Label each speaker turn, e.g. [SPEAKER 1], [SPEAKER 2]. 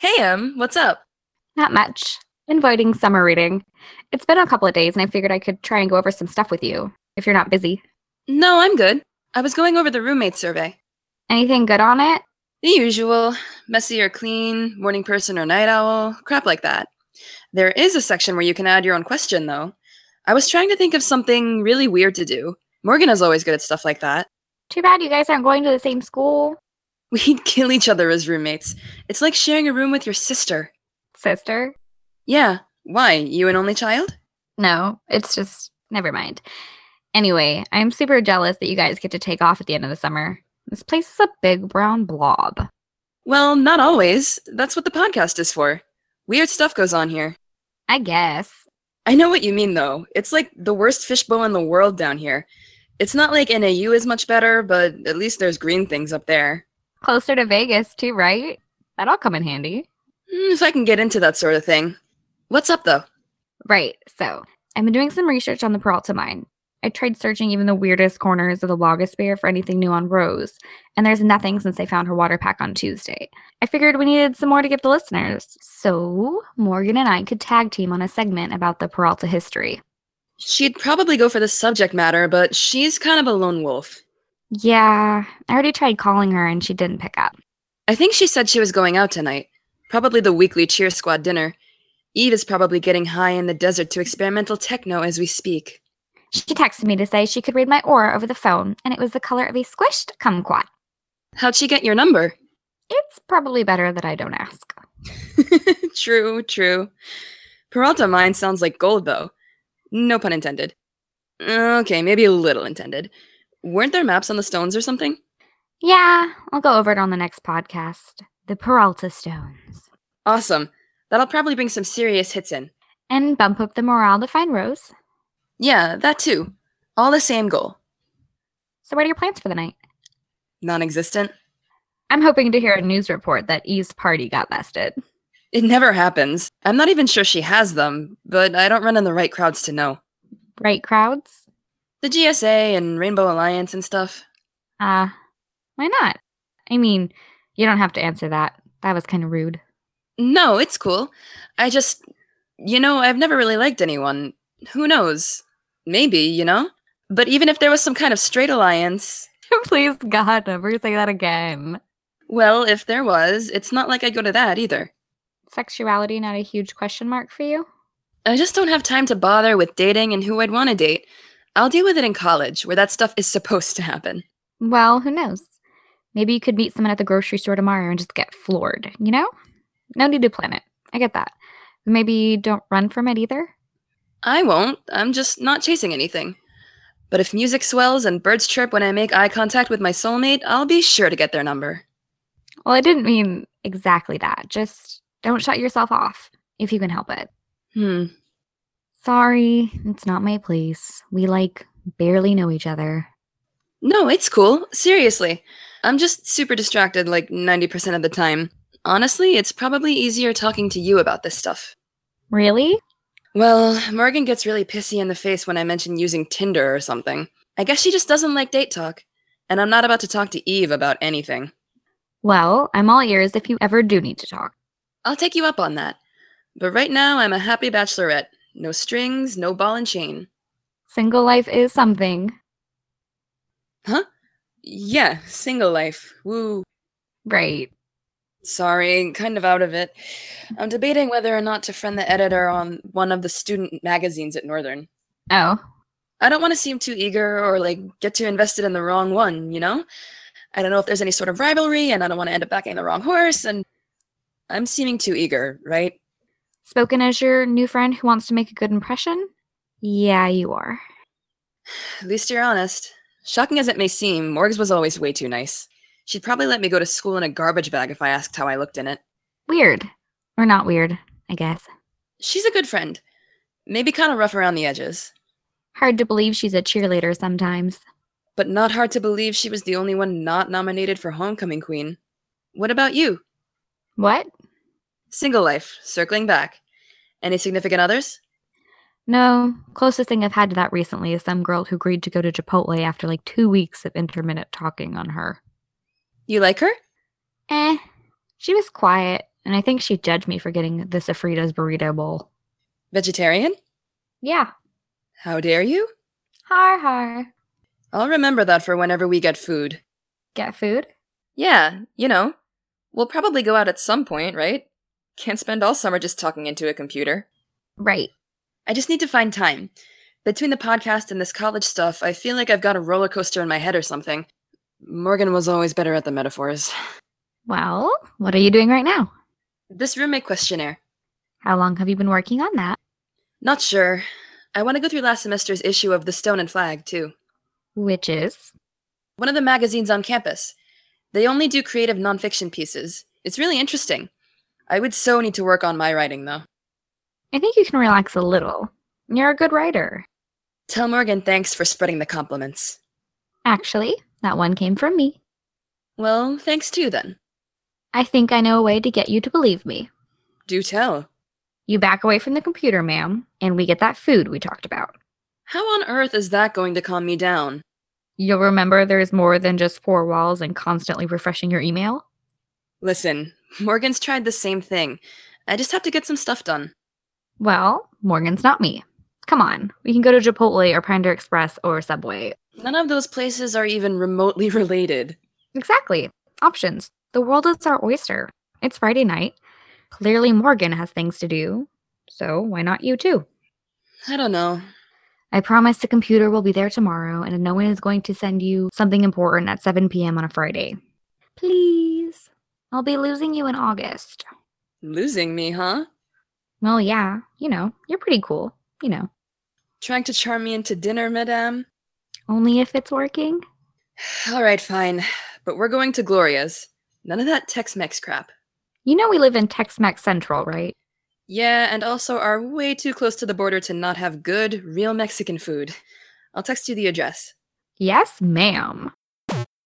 [SPEAKER 1] Sam, what's up?
[SPEAKER 2] Not much. Been voting summer reading. It's been a couple of days, and I figured I could try and go over some stuff with you if you're not busy.
[SPEAKER 1] No, I'm good. I was going over the roommate survey.
[SPEAKER 2] Anything good on it?
[SPEAKER 1] The usual messy or clean, morning person or night owl, crap like that. There is a section where you can add your own question, though. I was trying to think of something really weird to do. Morgan is always good at stuff like that.
[SPEAKER 2] Too bad you guys aren't going to the same school.
[SPEAKER 1] We'd kill each other as roommates. It's like sharing a room with your sister.
[SPEAKER 2] Sister?
[SPEAKER 1] Yeah, why? You an only child?
[SPEAKER 2] No, it's just never mind. Anyway, I'm super jealous that you guys get to take off at the end of the summer. This place is a big brown blob.
[SPEAKER 1] Well, not always. That's what the podcast is for. Weird stuff goes on here.
[SPEAKER 2] I guess.
[SPEAKER 1] I know what you mean, though. It's like the worst fishbowl in the world down here. It's not like NAU is much better, but at least there's green things up there.
[SPEAKER 2] Closer to Vegas, too, right? That'll come in handy.
[SPEAKER 1] Mm, if I can get into that sort of thing. What's up, though?
[SPEAKER 2] Right, so I've been doing some research on the Peralta mine. I tried searching even the weirdest corners of the Logos Bear for anything new on Rose, and there's nothing since I found her water pack on Tuesday. I figured we needed some more to get the listeners, so Morgan and I could tag team on a segment about the Peralta history.
[SPEAKER 1] She'd probably go for the subject matter, but she's kind of a lone wolf.
[SPEAKER 2] Yeah, I already tried calling her and she didn't pick up.
[SPEAKER 1] I think she said she was going out tonight, probably the weekly cheer squad dinner. Eve is probably getting high in the desert to experimental techno as we speak.
[SPEAKER 2] She texted me to say she could read my aura over the phone, and it was the color of a squished kumquat.
[SPEAKER 1] How'd she get your number?
[SPEAKER 2] It's probably better that I don't ask.
[SPEAKER 1] true, true. Peralta mine sounds like gold, though. No pun intended. Okay, maybe a little intended. Weren't there maps on the stones or something?
[SPEAKER 2] Yeah, I'll go over it on the next podcast. The Peralta Stones.
[SPEAKER 1] Awesome. That'll probably bring some serious hits in.
[SPEAKER 2] And bump up the morale to find Rose.
[SPEAKER 1] Yeah, that too. All the same goal.
[SPEAKER 2] So, what are your plans for the night?
[SPEAKER 1] Non existent.
[SPEAKER 2] I'm hoping to hear a news report that Eve's party got bested.
[SPEAKER 1] It never happens. I'm not even sure she has them, but I don't run in the right crowds to know.
[SPEAKER 2] Right, crowds?
[SPEAKER 1] The GSA and Rainbow Alliance and stuff.
[SPEAKER 2] Uh, why not? I mean, you don't have to answer that. That was kind of rude.
[SPEAKER 1] No, it's cool. I just, you know, I've never really liked anyone. Who knows? Maybe, you know? But even if there was some kind of straight alliance,
[SPEAKER 2] Please, God, never say that again.
[SPEAKER 1] well, if there was, it's not like I go to that either.
[SPEAKER 2] Sexuality not a huge question mark for you?
[SPEAKER 1] I just don't have time to bother with dating and who I'd want to date. I'll deal with it in college, where that stuff is supposed to happen.
[SPEAKER 2] Well, who knows? Maybe you could meet someone at the grocery store tomorrow and just get floored, you know? No need to plan it. I get that. Maybe don't run from it either.
[SPEAKER 1] I won't. I'm just not chasing anything. But if music swells and birds chirp when I make eye contact with my soulmate, I'll be sure to get their number.
[SPEAKER 2] Well, I didn't mean exactly that. Just don't shut yourself off if you can help it.
[SPEAKER 1] Hmm.
[SPEAKER 2] Sorry, it's not my place. We like barely know each other.
[SPEAKER 1] No, it's cool. Seriously. I'm just super distracted like 90% of the time. Honestly, it's probably easier talking to you about this stuff.
[SPEAKER 2] Really?
[SPEAKER 1] Well, Morgan gets really pissy in the face when I mention using Tinder or something. I guess she just doesn't like date talk. And I'm not about to talk to Eve about anything.
[SPEAKER 2] Well, I'm all ears if you ever do need to talk.
[SPEAKER 1] I'll take you up on that. But right now, I'm a happy bachelorette. No strings, no ball and chain.
[SPEAKER 2] Single life is something.
[SPEAKER 1] Yeah, single life. Woo.
[SPEAKER 2] Right.
[SPEAKER 1] Sorry, kind of out of it. I'm debating whether or not to friend the editor on one of the student magazines at Northern.
[SPEAKER 2] Oh,
[SPEAKER 1] I don't want to seem too eager or like get too invested in the wrong one, you know? I don't know if there's any sort of rivalry and I don't want to end up backing the wrong horse and I'm seeming too eager, right?
[SPEAKER 2] spoken as your new friend who wants to make a good impression? Yeah, you are.
[SPEAKER 1] At least you're honest. Shocking as it may seem, Morgs was always way too nice. She'd probably let me go to school in a garbage bag if I asked how I looked in it.
[SPEAKER 2] Weird. Or not weird, I guess.
[SPEAKER 1] She's a good friend. Maybe kind of rough around the edges.
[SPEAKER 2] Hard to believe she's a cheerleader sometimes.
[SPEAKER 1] but not hard to believe she was the only one not nominated for Homecoming Queen. What about you?
[SPEAKER 2] What?
[SPEAKER 1] Single life, circling back. Any significant others?
[SPEAKER 2] No, closest thing I've had to that recently is some girl who agreed to go to Chipotle after like two weeks of intermittent talking on her.
[SPEAKER 1] You like her?
[SPEAKER 2] Eh, she was quiet and I think she judged me for getting the Sofritas burrito bowl.
[SPEAKER 1] Vegetarian?
[SPEAKER 2] Yeah.
[SPEAKER 1] How dare you?
[SPEAKER 2] Har har.
[SPEAKER 1] I'll remember that for whenever we get food.
[SPEAKER 2] Get food?
[SPEAKER 1] Yeah, you know. We'll probably go out at some point, right? Can't spend all summer just talking into a computer.
[SPEAKER 2] Right.
[SPEAKER 1] I just need to find time. Between the podcast and this college stuff, I feel like I've got a roller coaster in my head or something. Morgan was always better at the metaphors.
[SPEAKER 2] Well, what are you doing right now?
[SPEAKER 1] This roommate questionnaire.
[SPEAKER 2] How long have you been working on that?
[SPEAKER 1] Not sure. I want to go through last semester's issue of The Stone and Flag, too.
[SPEAKER 2] Which is?
[SPEAKER 1] One of the magazines on campus. They only do creative nonfiction pieces. It's really interesting. I would so need to work on my writing, though.
[SPEAKER 2] I think you can relax a little. You're a good writer.
[SPEAKER 1] Tell Morgan thanks for spreading the compliments.
[SPEAKER 2] Actually, that one came from me.
[SPEAKER 1] Well, thanks too, then.
[SPEAKER 2] I think I know a way to get you to believe me.
[SPEAKER 1] Do tell.
[SPEAKER 2] You back away from the computer, ma'am, and we get that food we talked about.
[SPEAKER 1] How on earth is that going to calm me down?
[SPEAKER 2] You'll remember there's more than just four walls and constantly refreshing your email.
[SPEAKER 1] Listen, Morgan's tried the same thing. I just have to get some stuff done.
[SPEAKER 2] Well, Morgan's not me. Come on, we can go to Chipotle or Panda Express or Subway.
[SPEAKER 1] None of those places are even remotely related.
[SPEAKER 2] Exactly. Options. The world is our oyster. It's Friday night. Clearly, Morgan has things to do. So why not you too?
[SPEAKER 1] I don't know.
[SPEAKER 2] I promise the computer will be there tomorrow and no one is going to send you something important at 7 p.m. on a Friday. Please. I'll be losing you in August.
[SPEAKER 1] Losing me, huh?
[SPEAKER 2] Well, yeah, you know, you're pretty cool. You know,
[SPEAKER 1] Trying to charm me into dinner, madame?
[SPEAKER 2] only if it's working.
[SPEAKER 1] All right, fine. But we're going to Gloria's. None of that Tex Mex crap.
[SPEAKER 2] You know, we live in Tex Mex Central, right?
[SPEAKER 1] Yeah, and also are way too close to the border to not have good, real Mexican food. I'll text you the address.
[SPEAKER 2] Yes, ma'am.